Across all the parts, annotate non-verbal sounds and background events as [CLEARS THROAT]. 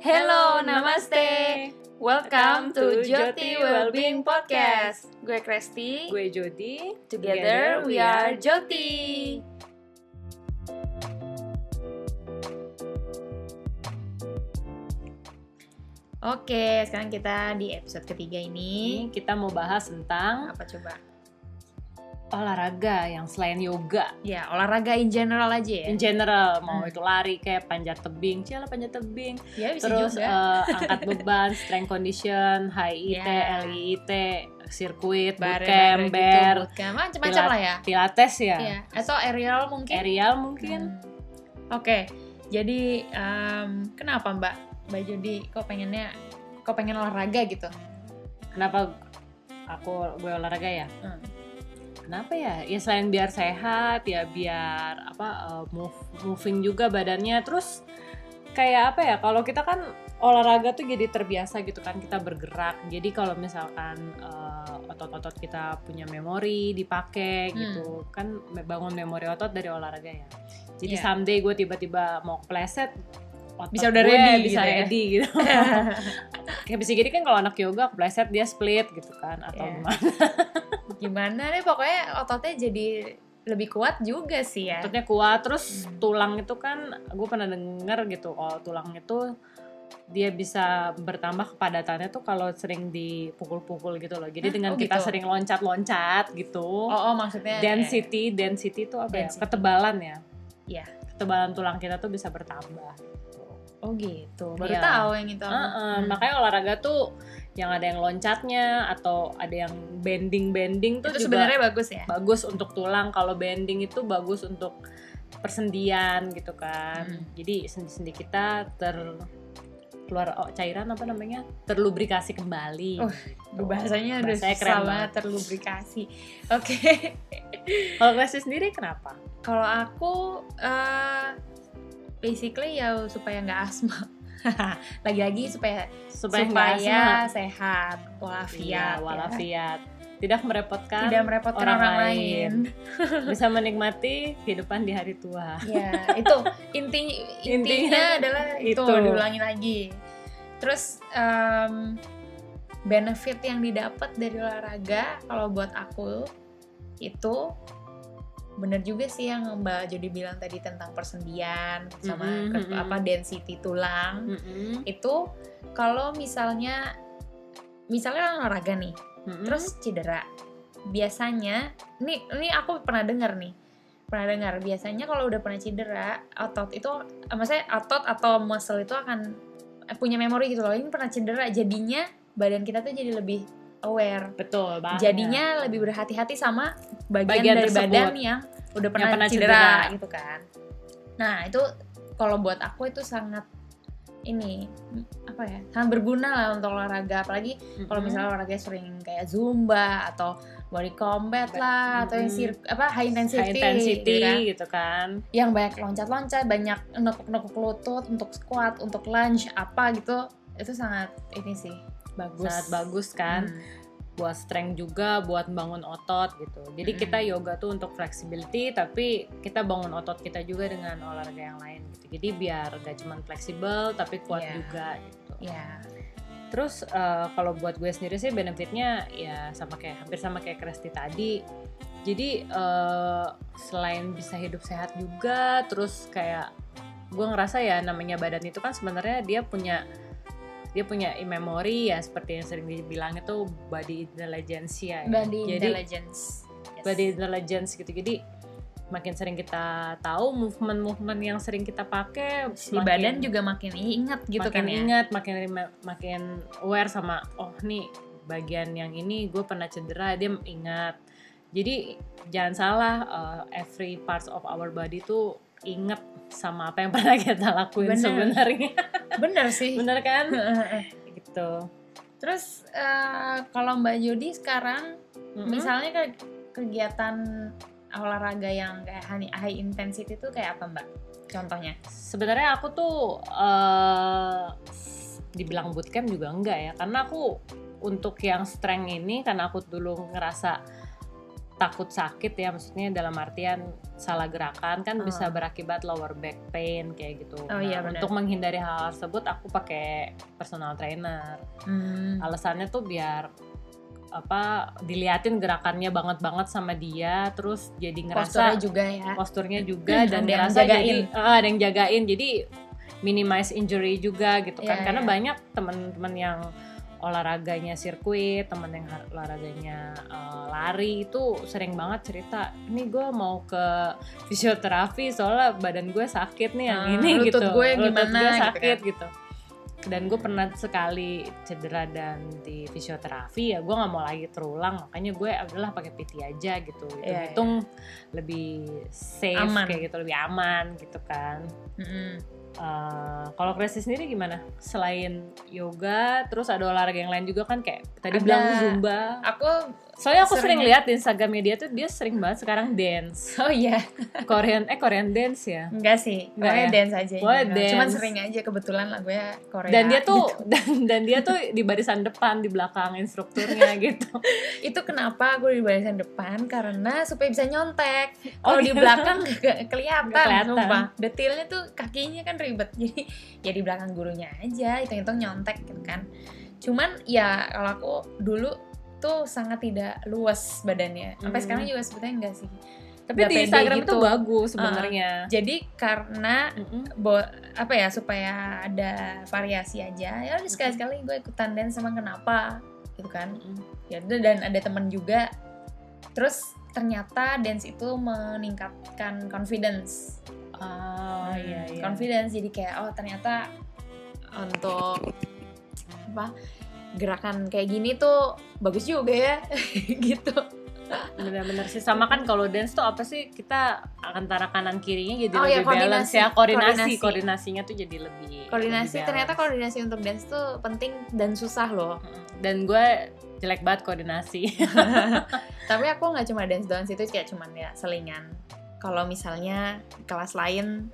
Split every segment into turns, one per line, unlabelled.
Hello, Namaste. Welcome to Jyoti Wellbeing Podcast. Gue Kresti.
Gue Jody.
Together we are Jyoti. Oke, sekarang kita di episode ketiga ini.
Ini kita mau bahas tentang
Apa coba?
olahraga yang selain yoga.
Ya, olahraga in general aja ya.
In general, mau
Hmm.
itu lari kayak panjat tebing, ciala panjat tebing,
Ya, bisa
terus
juga. [LAUGHS]
eh, angkat beban, strength condition, HIIT,
Ya.
LIIT, sirkuit,
Bare-bare
bootcamp,
gitu,
bear,
bootcamp, macam-macam lah ya.
pilates ya,
Iya, atau aerial mungkin.
aerial mungkin.
Hmm. Oke, jadi em, kenapa Mbak Mbak Jody kok pengennya kok pengen olahraga gitu?
Kenapa aku gue olahraga ya?
Hmm.
Kenapa ya? Ya selain biar sehat, ya biar apa eh, move- moving juga badannya. Terus kayak apa ya? Kalau kita kan olahraga tuh jadi terbiasa gitu kan kita bergerak. Jadi kalau misalkan eh, otot-otot kita punya memori dipakai
Hmm.
gitu, kan me- bangun memori otot dari olahraga ya. Jadi
Iya.
someday gue tiba-tiba mau kepleset otot
Bisa udah
gue
ready gitu
bisa
ya.
ready gitu. [LAUGHS] Kayak bisa jadi kan kalau anak yoga kepleset dia split gitu kan atau
Iya.
gimana.
[LAUGHS] Gimana deh pokoknya ototnya jadi lebih kuat juga sih ya.
ototnya kuat terus
Hmm.
tulang itu kan gue pernah denger gitu kalau tulang itu dia bisa bertambah kepadatannya tuh kalau sering dipukul-pukul gitu loh
Hah?
jadi dengan
Oh,
kita
gitu?
sering loncat-loncat gitu
Oh, oh maksudnya
density density itu apa
Density.
ya ketebalan ya
Iya.
ketebalan tulang kita tuh bisa bertambah
eh, oh gitu. Baru
Iya.
tahu yang itu.
Heeh,
Hmm.
makanya olahraga tuh yang ada yang loncatnya atau ada yang bending bending tuh
itu
juga
sebenarnya bagus ya.
bagus untuk tulang kalau bending itu bagus untuk persendian gitu kan
Hmm.
jadi sendi-sendi kita ter keluar oh, cairan apa namanya terlubrikasi kembali
Uh,
gitu.
Duh, bahasanya udah
Bahasanya
susah
banget.
banget terlubrikasi. Oke. [LAUGHS]
kalau Kresti sendiri kenapa
Kalau aku eh, basically ya supaya nggak asma. [LAUGHS] Lagi-lagi supaya supaya,
nggak asma.
ya, sehat
kan? Iya,
walafiat, ya.
walafiat tidak merepotkan
tidak merepotkan orang,
orang
lain.
bisa menikmati kehidupan di hari tua
ya itu inti intinya adalah itu,
itu.
diulangi lagi. Terus em, benefit yang didapat dari olahraga kalau buat aku itu bener juga sih yang Mbak Jody bilang tadi tentang persendian sama
Mm-mm,
ke-
mm-mm.
apa density tulang.
Mm-hmm. Mm-mm,
itu kalau misalnya misalnya orang olahraga nih
mm-mm.
terus cedera biasanya ini ini aku pernah dengar nih pernah dengar biasanya kalau udah pernah cedera otot itu eh, maksudnya otot atau muscle itu akan punya memori gitu loh ini pernah cedera jadinya badan kita tuh jadi lebih aware
betul banget
jadinya lebih berhati-hati sama bagian,
Ah, iya. Bagian
dari
tersebut.
badan yang udah pernah,
pernah
cedera,
cedera.
gitu kan. Nah, itu kalau buat aku itu sangat ini mm, apa ya? Sangat berguna lah untuk olahraga apalagi
Mm-mm.
kalau misalnya olahraga sering kayak zumba atau body combat lah atau yang
Mm-mm.
sir- apa high intensity,
hmm. high intensity
gitu kan.
gitu kan
yang banyak loncat-loncat, banyak nekuk-nekuk lutut untuk squat, untuk lunge apa gitu. Itu sangat ini sih. Bagus.
sangat bagus kan
Hmm.
buat strength juga buat bangun otot gitu jadi
Mm.
kita yoga tuh untuk flexibility tapi kita bangun otot kita juga dengan olahraga yang lain gitu jadi biar gak cuman fleksibel tapi kuat
Iya.
juga gitu
Ya.
terus eh, kalau buat gue sendiri sih benefitnya ya sama kayak hampir sama kayak Kresti tadi jadi eh, selain bisa hidup sehat juga terus kayak gue ngerasa ya namanya badan itu kan sebenarnya dia punya dia punya in memory ya seperti yang sering dibilang itu body intelligence ya
Body
jadi
intelligence. Yes.
body intelligence gitu jadi makin sering kita tahu movement movement yang sering kita pakai
di badan juga makin ingat gitu
makin
kan ya.
ingat, makin rema- makin aware sama oh nih bagian yang ini gue pernah cedera dia ingat. Jadi jangan salah uh, every parts of our body tuh inget sama apa yang [LAUGHS] pernah kita lakuin
Bener.
sebenarnya.
Bener sih.
Bener kan? gitu.
[LAUGHS] Terus eh, kalau Mbak Jody sekarang
Mm-mm.
misalnya ke- kegiatan olahraga yang kayak high, high intensity itu kayak apa Mbak? Contohnya?
sebenarnya aku tuh eh dibilang bootcamp juga enggak ya karena aku untuk yang strength ini karena aku dulu ngerasa takut sakit ya maksudnya dalam artian salah gerakan kan
Oh.
bisa berakibat lower back pain kayak gitu.
Oh, iya, benar.
untuk menghindari hal tersebut aku pakai personal trainer.
Hmm.
Alasannya tuh biar apa diliatin gerakannya banget-banget sama dia terus jadi ngerasa
Posturnya juga ya.
posturnya juga
[CLEARS THROAT] Hmm,
dan
ada yang
ngerasa
jagain.
jadi ah, ada yang jagain jadi minimize injury juga gitu kan
Iya,
karena
iya.
banyak teman-teman yang olahraganya sirkuit teman yang har- olahraganya eh, lari itu sering banget cerita ini gue mau ke fisioterapi soalnya badan gue sakit nih yang
Ah,
ini
lutut
gitu
gue
lutut
gimana
gue
gitu
sakit gitu, dan gue pernah sekali cedera dan di fisioterapi ya gue nggak mau lagi terulang makanya gue adalah pakai PT aja gitu
Iya,
hitung lebih safe
Aman.
kayak gitu lebih aman gitu kan
Mm-mm.
Eh, kalau Kresi sendiri gimana selain yoga terus ada olahraga yang lain juga kan kayak tadi
Ada.
bilang zumba
Aku
soalnya aku
Sering
sering
ya.
lihat di instagramnya dia tuh dia sering banget sekarang dance
oh iya [LAUGHS]
Korean eh Korean dance ya
enggak sih.
Enggak
Pokoknya
ya?
dance aja.
Pokoknya
gitu. Cuman
dance.
sering aja kebetulan lah gue Korea. gitu.
dan dia tuh dan, dan dia tuh di barisan depan di belakang instrukturnya gitu
itu kenapa gue di barisan depan karena supaya bisa nyontek
Oh,
kalau di
gitu.
belakang gak kelihatan,
Nggak kelihatan.
sumpah. detailnya tuh kakinya kan ribet [LAUGHS] jadi ya di belakang gurunya aja hitung hitung nyontek gitu kan cuman ya kalau aku dulu tuh sangat tidak luas badannya sampai
Hmm.
sekarang juga sebetulnya enggak sih
tapi
Nggak
di
pede
instagram
gitu.
tuh bagus sebenarnya
jadi karena
Ah. Mm-mm.
bo- apa ya supaya ada variasi aja ya udah sekali sekali gue ikutan dance sama kenapa gitu kan ya udah, dan ada teman juga terus ternyata dance itu meningkatkan confidence
Ah, iya,
Hmm,
iya.
confidence jadi kayak oh ternyata untuk apa gerakan kayak gini tuh bagus juga ya [LAUGHS] gitu
Benar-benar sih sama kan kalau dance tuh apa sih kita antara kanan kirinya jadi
Oh,
lebih
ya,
balance
koordinasi.
ya koordinasi,
Koordinasi.
koordinasinya tuh jadi lebih
koordinasi
lebih
ternyata
balance.
koordinasi untuk dance tuh penting dan susah loh
dan gue jelek banget koordinasi
tapi aku nggak cuma dance doang sih itu kayak cuman ya selingan kalau misalnya kelas lain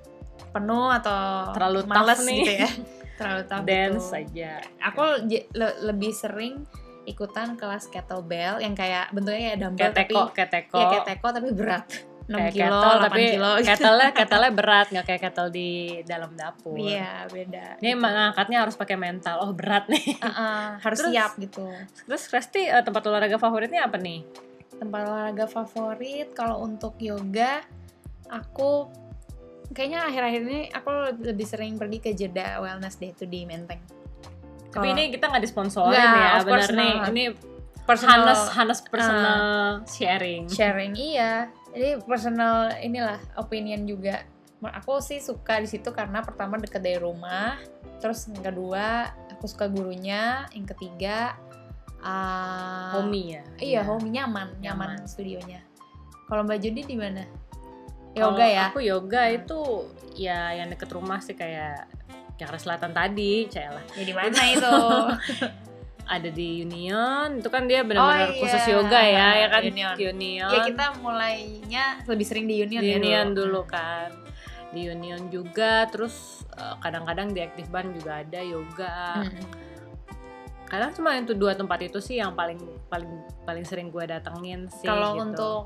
penuh atau
Terlalu tough
males
nih.
gitu ya [LAUGHS] terlalu tough
dance
gitu.
aja
aku je- le- lebih sering ikutan kelas kettlebell yang kayak bentuknya kayak dumbbell
kayak teko
tapi
kayak teko
ya kayak teko tapi berat 6
Kayak
kilo,
kettle,
8
tapi [LAUGHS]
kilo gitu. [LAUGHS]
kettle kettle berat nggak kayak kettle di dalam dapur
Iya, beda.
ini mengangkatnya harus pakai mental oh berat nih [LAUGHS]
Uh-uh, harus
Terus-
siap gitu.
terus Resti eh, tempat olahraga favoritnya apa nih
Tempat olahraga favorit kalau untuk yoga aku kayaknya akhir-akhir ini aku lebih sering pergi ke Jeda Wellness Day itu di Menteng. Kalau-
tapi ini kita nggak disponsorin
Nggak,
ya
of
benar
course
nih
not.
ini
Personal-
Hanes
eh,
Hanes personal sharing
sharing iya jadi personal inilah opinion juga Menurut aku sih suka di situ karena pertama deket dari rumah terus yang kedua aku suka gurunya yang ketiga ah,
homie ya
iya homie nyaman nyaman,
Nyaman.
studionya kalau mbak Jody di mana
Kalau
yoga ya
aku yoga
Hmm.
itu ya yang deket rumah sih kayak Jakarta Selatan tadi cayalah
ya di mana itu
ada di Union itu kan dia benar-benar
Oh, iya.
khusus yoga ya ya kan
Union.
di Union
ya kita mulainya lebih sering di union
di
ya
Union dulu kan di Union juga terus eh, kadang-kadang di Active Barn juga ada yoga
Hmm.
kadang cuma itu dua tempat itu sih yang paling paling paling sering gue datengin sih
kalau
gitu.
untuk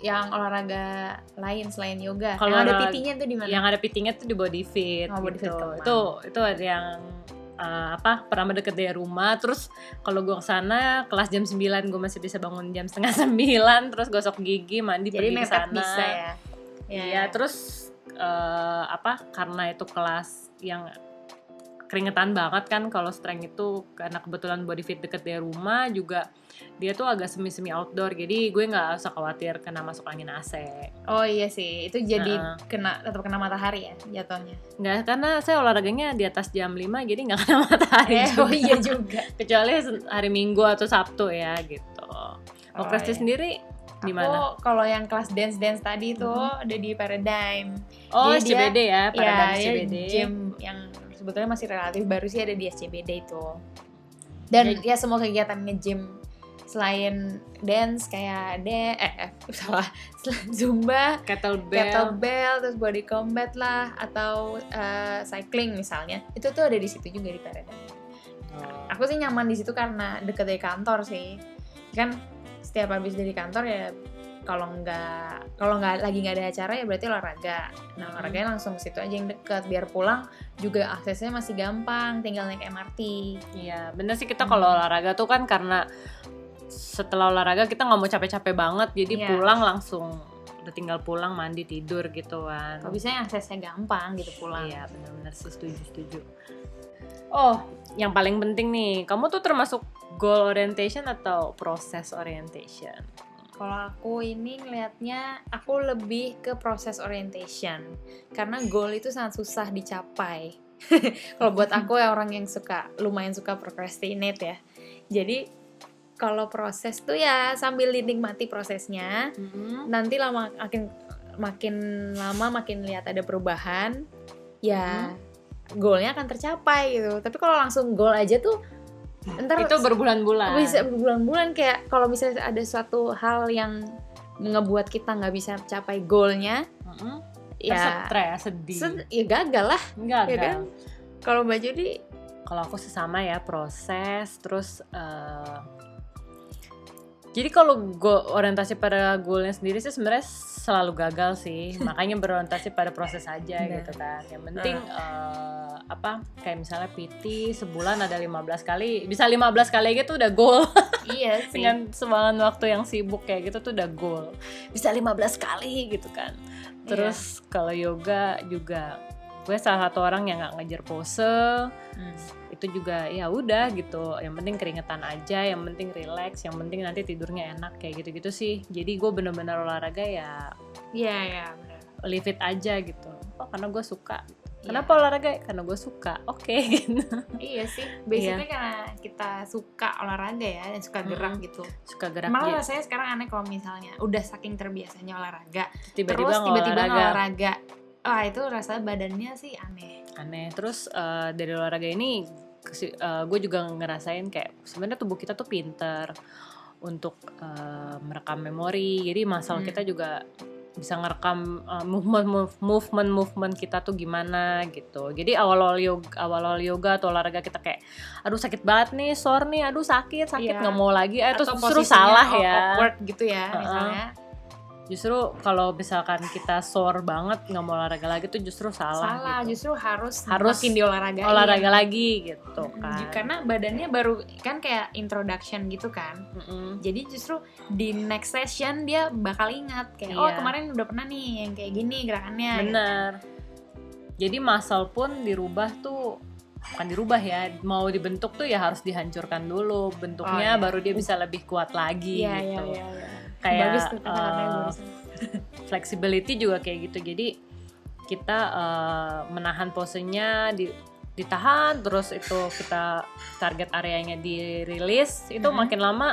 yang olahraga lain selain yoga
Kalau
yang ada
olahraga-
titinya tuh di mana
yang ada pitingnya tuh di body fit
Oh, body fit
gitu.
kemana?
itu itu ada yang eh, apa pertama deket dari rumah terus kalau gue kesana kelas jam 9 gue masih bisa bangun jam setengah [LAUGHS] 9 terus gosok gigi mandi
jadi
pergi ke
mepet
sana
bisa ya
iya terus eh, apa karena itu kelas yang keringetan banget kan kalau strength itu karena kebetulan body fit deket dari rumah juga dia tuh agak semi semi outdoor jadi gue nggak usah khawatir kena masuk angin AC
oh iya sih itu jadi
Heeh.
kena tetap kena matahari ya
[LAUGHS]
jatuhnya
Nggak, karena saya olahraganya di atas jam 5 jadi nggak kena [LAUGHS] matahari
eh
juga.
[LAUGHS] oh iya juga
Kecuali hari Minggu atau Sabtu ya gitu. Oh, Kresti sendiri di mana?
iya. aku kalau yang kelas dance dance tadi itu
Mhm.
ada di Paradigm
Oh,
jadi dia-
CBD ya, pada
ya dia
CBD.
gym yang sebetulnya masih relatif baru sih ada di SCBD itu dan ya semua kegiatan nge-gym selain dance kayak de eh, eh [LAUGHS] salah selain zumba
Kettlebell.
kettlebell terus body combat lah atau eh, cycling misalnya itu tuh ada di situ juga di Paradigm.
Oh.
Aku sih nyaman di situ karena deket dari kantor sih. Kan setiap habis dari kantor ya kalau nggak kalau nggak lagi nggak ada acara ya berarti olahraga nah
Hmm.
olahraganya langsung ke situ aja yang dekat biar pulang juga aksesnya masih gampang tinggal naik MRT
Iya, bener sih kita kalau olahraga tuh kan karena setelah olahraga kita nggak mau capek-capek banget, jadi
Iya.
pulang langsung udah tinggal pulang mandi tidur gitu kan.
kalau bisa yang aksesnya gampang gitu pulang
Iya, bener-bener sih setuju setuju. Oh, yang paling penting nih, kamu tuh termasuk goal orientation atau proses orientation?
Kalau aku ini ngelihatnya aku lebih ke proses orientation karena goal itu sangat susah dicapai. [LAUGHS] kalau buat aku ya orang yang suka lumayan suka procrastinate ya. Jadi kalau proses tuh ya sambil dinikmati prosesnya. Nanti lama makin makin lama makin lihat ada perubahan ya goalnya akan tercapai gitu. Tapi kalau langsung goal aja tuh ntar
Itu berbulan-bulan.
bisa berbulan-bulan kayak kalau misalnya ada suatu hal yang ngebuat kita nggak bisa capai goalnya
Mm-mm. Terus
ya
stres, sedih.
sed- ya gagal lah
Enggak,
ya
enggak.
kan? kalau mbak Judi
kalau aku sih sama ya proses terus eh, jadi kalau go- orientasi pada goalnya sendiri sih sebenarnya selalu gagal sih makanya berorientasi pada proses aja
Nah.
gitu kan yang penting eh, apa kayak misalnya PT sebulan ada 15 kali bisa 15 kali aja tuh udah goal
iya sih
dengan semangat waktu yang sibuk kayak gitu tuh udah goal bisa 15 kali gitu kan terus kalau yoga juga gue salah satu orang yang nggak ngejar pose
Hmm.
itu juga ya udah gitu yang penting keringetan aja yang penting relax yang penting nanti tidurnya enak kayak gitu gitu sih jadi gue bener-bener olahraga ya
iya iya benar
live it aja gitu oh karena gue suka
Iya.
kenapa olahraga karena gue suka oke [LAUGHS] gitu
iya sih basicnya karena kita suka olahraga ya dan suka
Mm-mm.
gerak gitu
suka gerak
malah
gitu
rasanya sekarang aneh kalau misalnya udah saking terbiasanya olahraga
tiba-tiba
terus tiba-tiba
olahraga
olahraga wah itu rasanya badannya sih aneh
aneh terus eh, dari olahraga ini kesi- eh, gue juga ngerasain kayak sebenarnya tubuh kita tuh pinter untuk eh, merekam memori jadi
Hmm.
masal kita juga bisa ngerekam eh, movement move- movement movement kita tuh gimana gitu jadi awal awal yoga awal awal yoga atau olahraga kita kayak aduh sakit banget nih sore nih aduh sakit sakit
Iya.
nggak mau lagi eh, terus
Atau
justru
posisinya
salah
aw-
ya
awkward gitu ya
Heeh.
misalnya
justru kalau misalkan kita sore banget nggak mau olahraga lagi tuh justru salah,
salah
gitu.
justru harus
Harus
makin diolahraga Iya.
olahraga lagi gitu kan
karena badannya baru kan kayak introduction gitu kan
Mm-mm.
jadi justru di next session dia bakal ingat kayak oh
Iya.
kemarin udah pernah nih yang kayak gini gerakannya Gitu.
Benar. Jadi muscle pun dirubah tuh bukan dirubah ya, mau dibentuk tuh ya harus dihancurkan dulu
Oh, iya.
bentuknya baru dia bisa lebih kuat lagi
iya iya
gitu.
iya iya.
Kayak
bagus tuh kata-katanya
eh,
barusan.
flexibility juga kayak gitu. Jadi kita eh, menahan posenya di ditahan terus itu kita target areanya dirilis itu
Mhm.
makin lama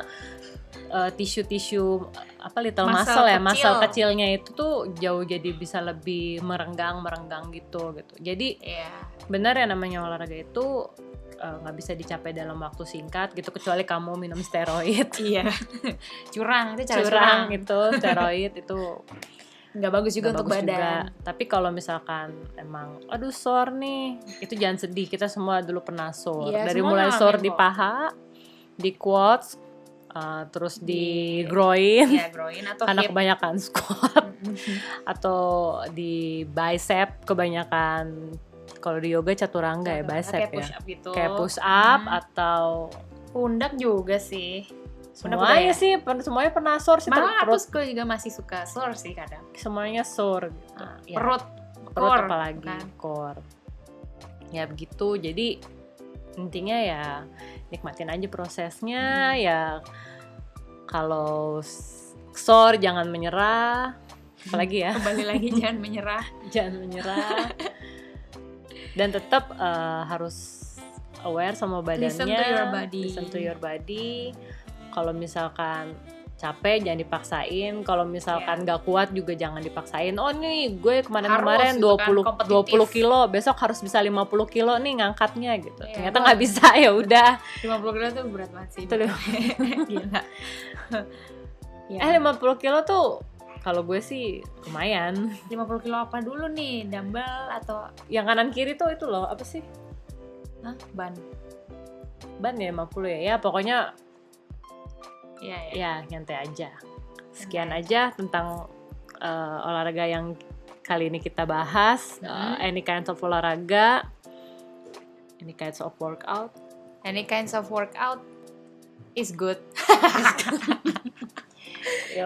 eh, tisu-tisu apa little muscle,
Muscle
ya
kecil.
muscle kecilnya itu tuh jauh jadi bisa lebih merenggang merenggang gitu gitu jadi
Iya.
benar ya namanya olahraga itu eh, nggak bisa dicapai dalam waktu singkat gitu kecuali kamu minum steroid
iya [LAUGHS] curang itu cara curang, gitu.
curang itu steroid itu
nggak bagus juga
nggak
untuk
bagus juga. [LAUGHS]
badan
tapi kalau misalkan emang aduh sore nih itu jangan sedih kita semua dulu pernah sore
Iya,
dari
semua
mulai
ngalamin
sore di
kok.
paha di quads eh, terus di,
Di- [LAUGHS]
groin
Iya, groin atau
karena
[LAUGHS] hip
kebanyakan squat
Mm-mm.
atau di bicep kebanyakan kalau di yoga caturangga ya bicep
kayak
ya
push up gitu
kayak push up
Hmm.
atau
pundak juga sih ya?
semuanya sih pen- semuanya pernah sore sih ter-
malah aku
perut
suka juga masih suka sore sih kadang
semuanya sore gitu.
Ah,
Ya,
perut
perut
core,
apalagi
bukan?
core ya begitu jadi intinya ya nikmatin aja prosesnya
Hmm.
ya kalau s- sore jangan menyerah apalagi ya
kembali lagi jangan menyerah
jangan menyerah dan tetap eh, harus aware sama badannya
Listen to your body.
listen to your body kalau misalkan capek jangan dipaksain kalau
Iya.
misalkan nggak kuat juga jangan dipaksain oh nih gue
Harus,
kemarin-kemarin
gitu kan,
20
kompetitif.
20 kilo besok harus bisa 50 kilo nih ngangkatnya gitu
Iya,
ternyata
gua-
nggak bisa [LAUGHS] ya udah
50 kilo tuh berat banget sih
Itu
[LAUGHS] gila ya.
eh 50 kilo tuh kalau gue sih lumayan
50 kilo apa dulu nih dumbbell atau
yang kanan kiri tuh itu loh apa sih
hah, ban
ban ya 50 ya ya pokoknya
Iya, iya.
ya nyantai aja sekian aja tentang eh, olahraga yang kali ini kita bahas. Eh,
Mhm.
any kinds of olahraga, any kinds of workout.
Any kinds of workout is good.
Ya,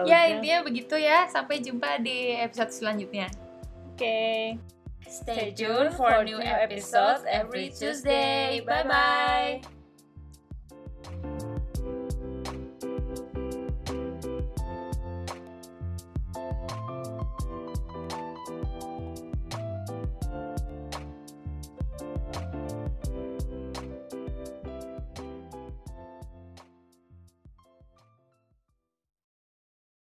ya
udah.
intinya begitu ya. Sampai jumpa di episode selanjutnya.
Oke.
Stay tuned for new episodes every Tuesday. Bye bye.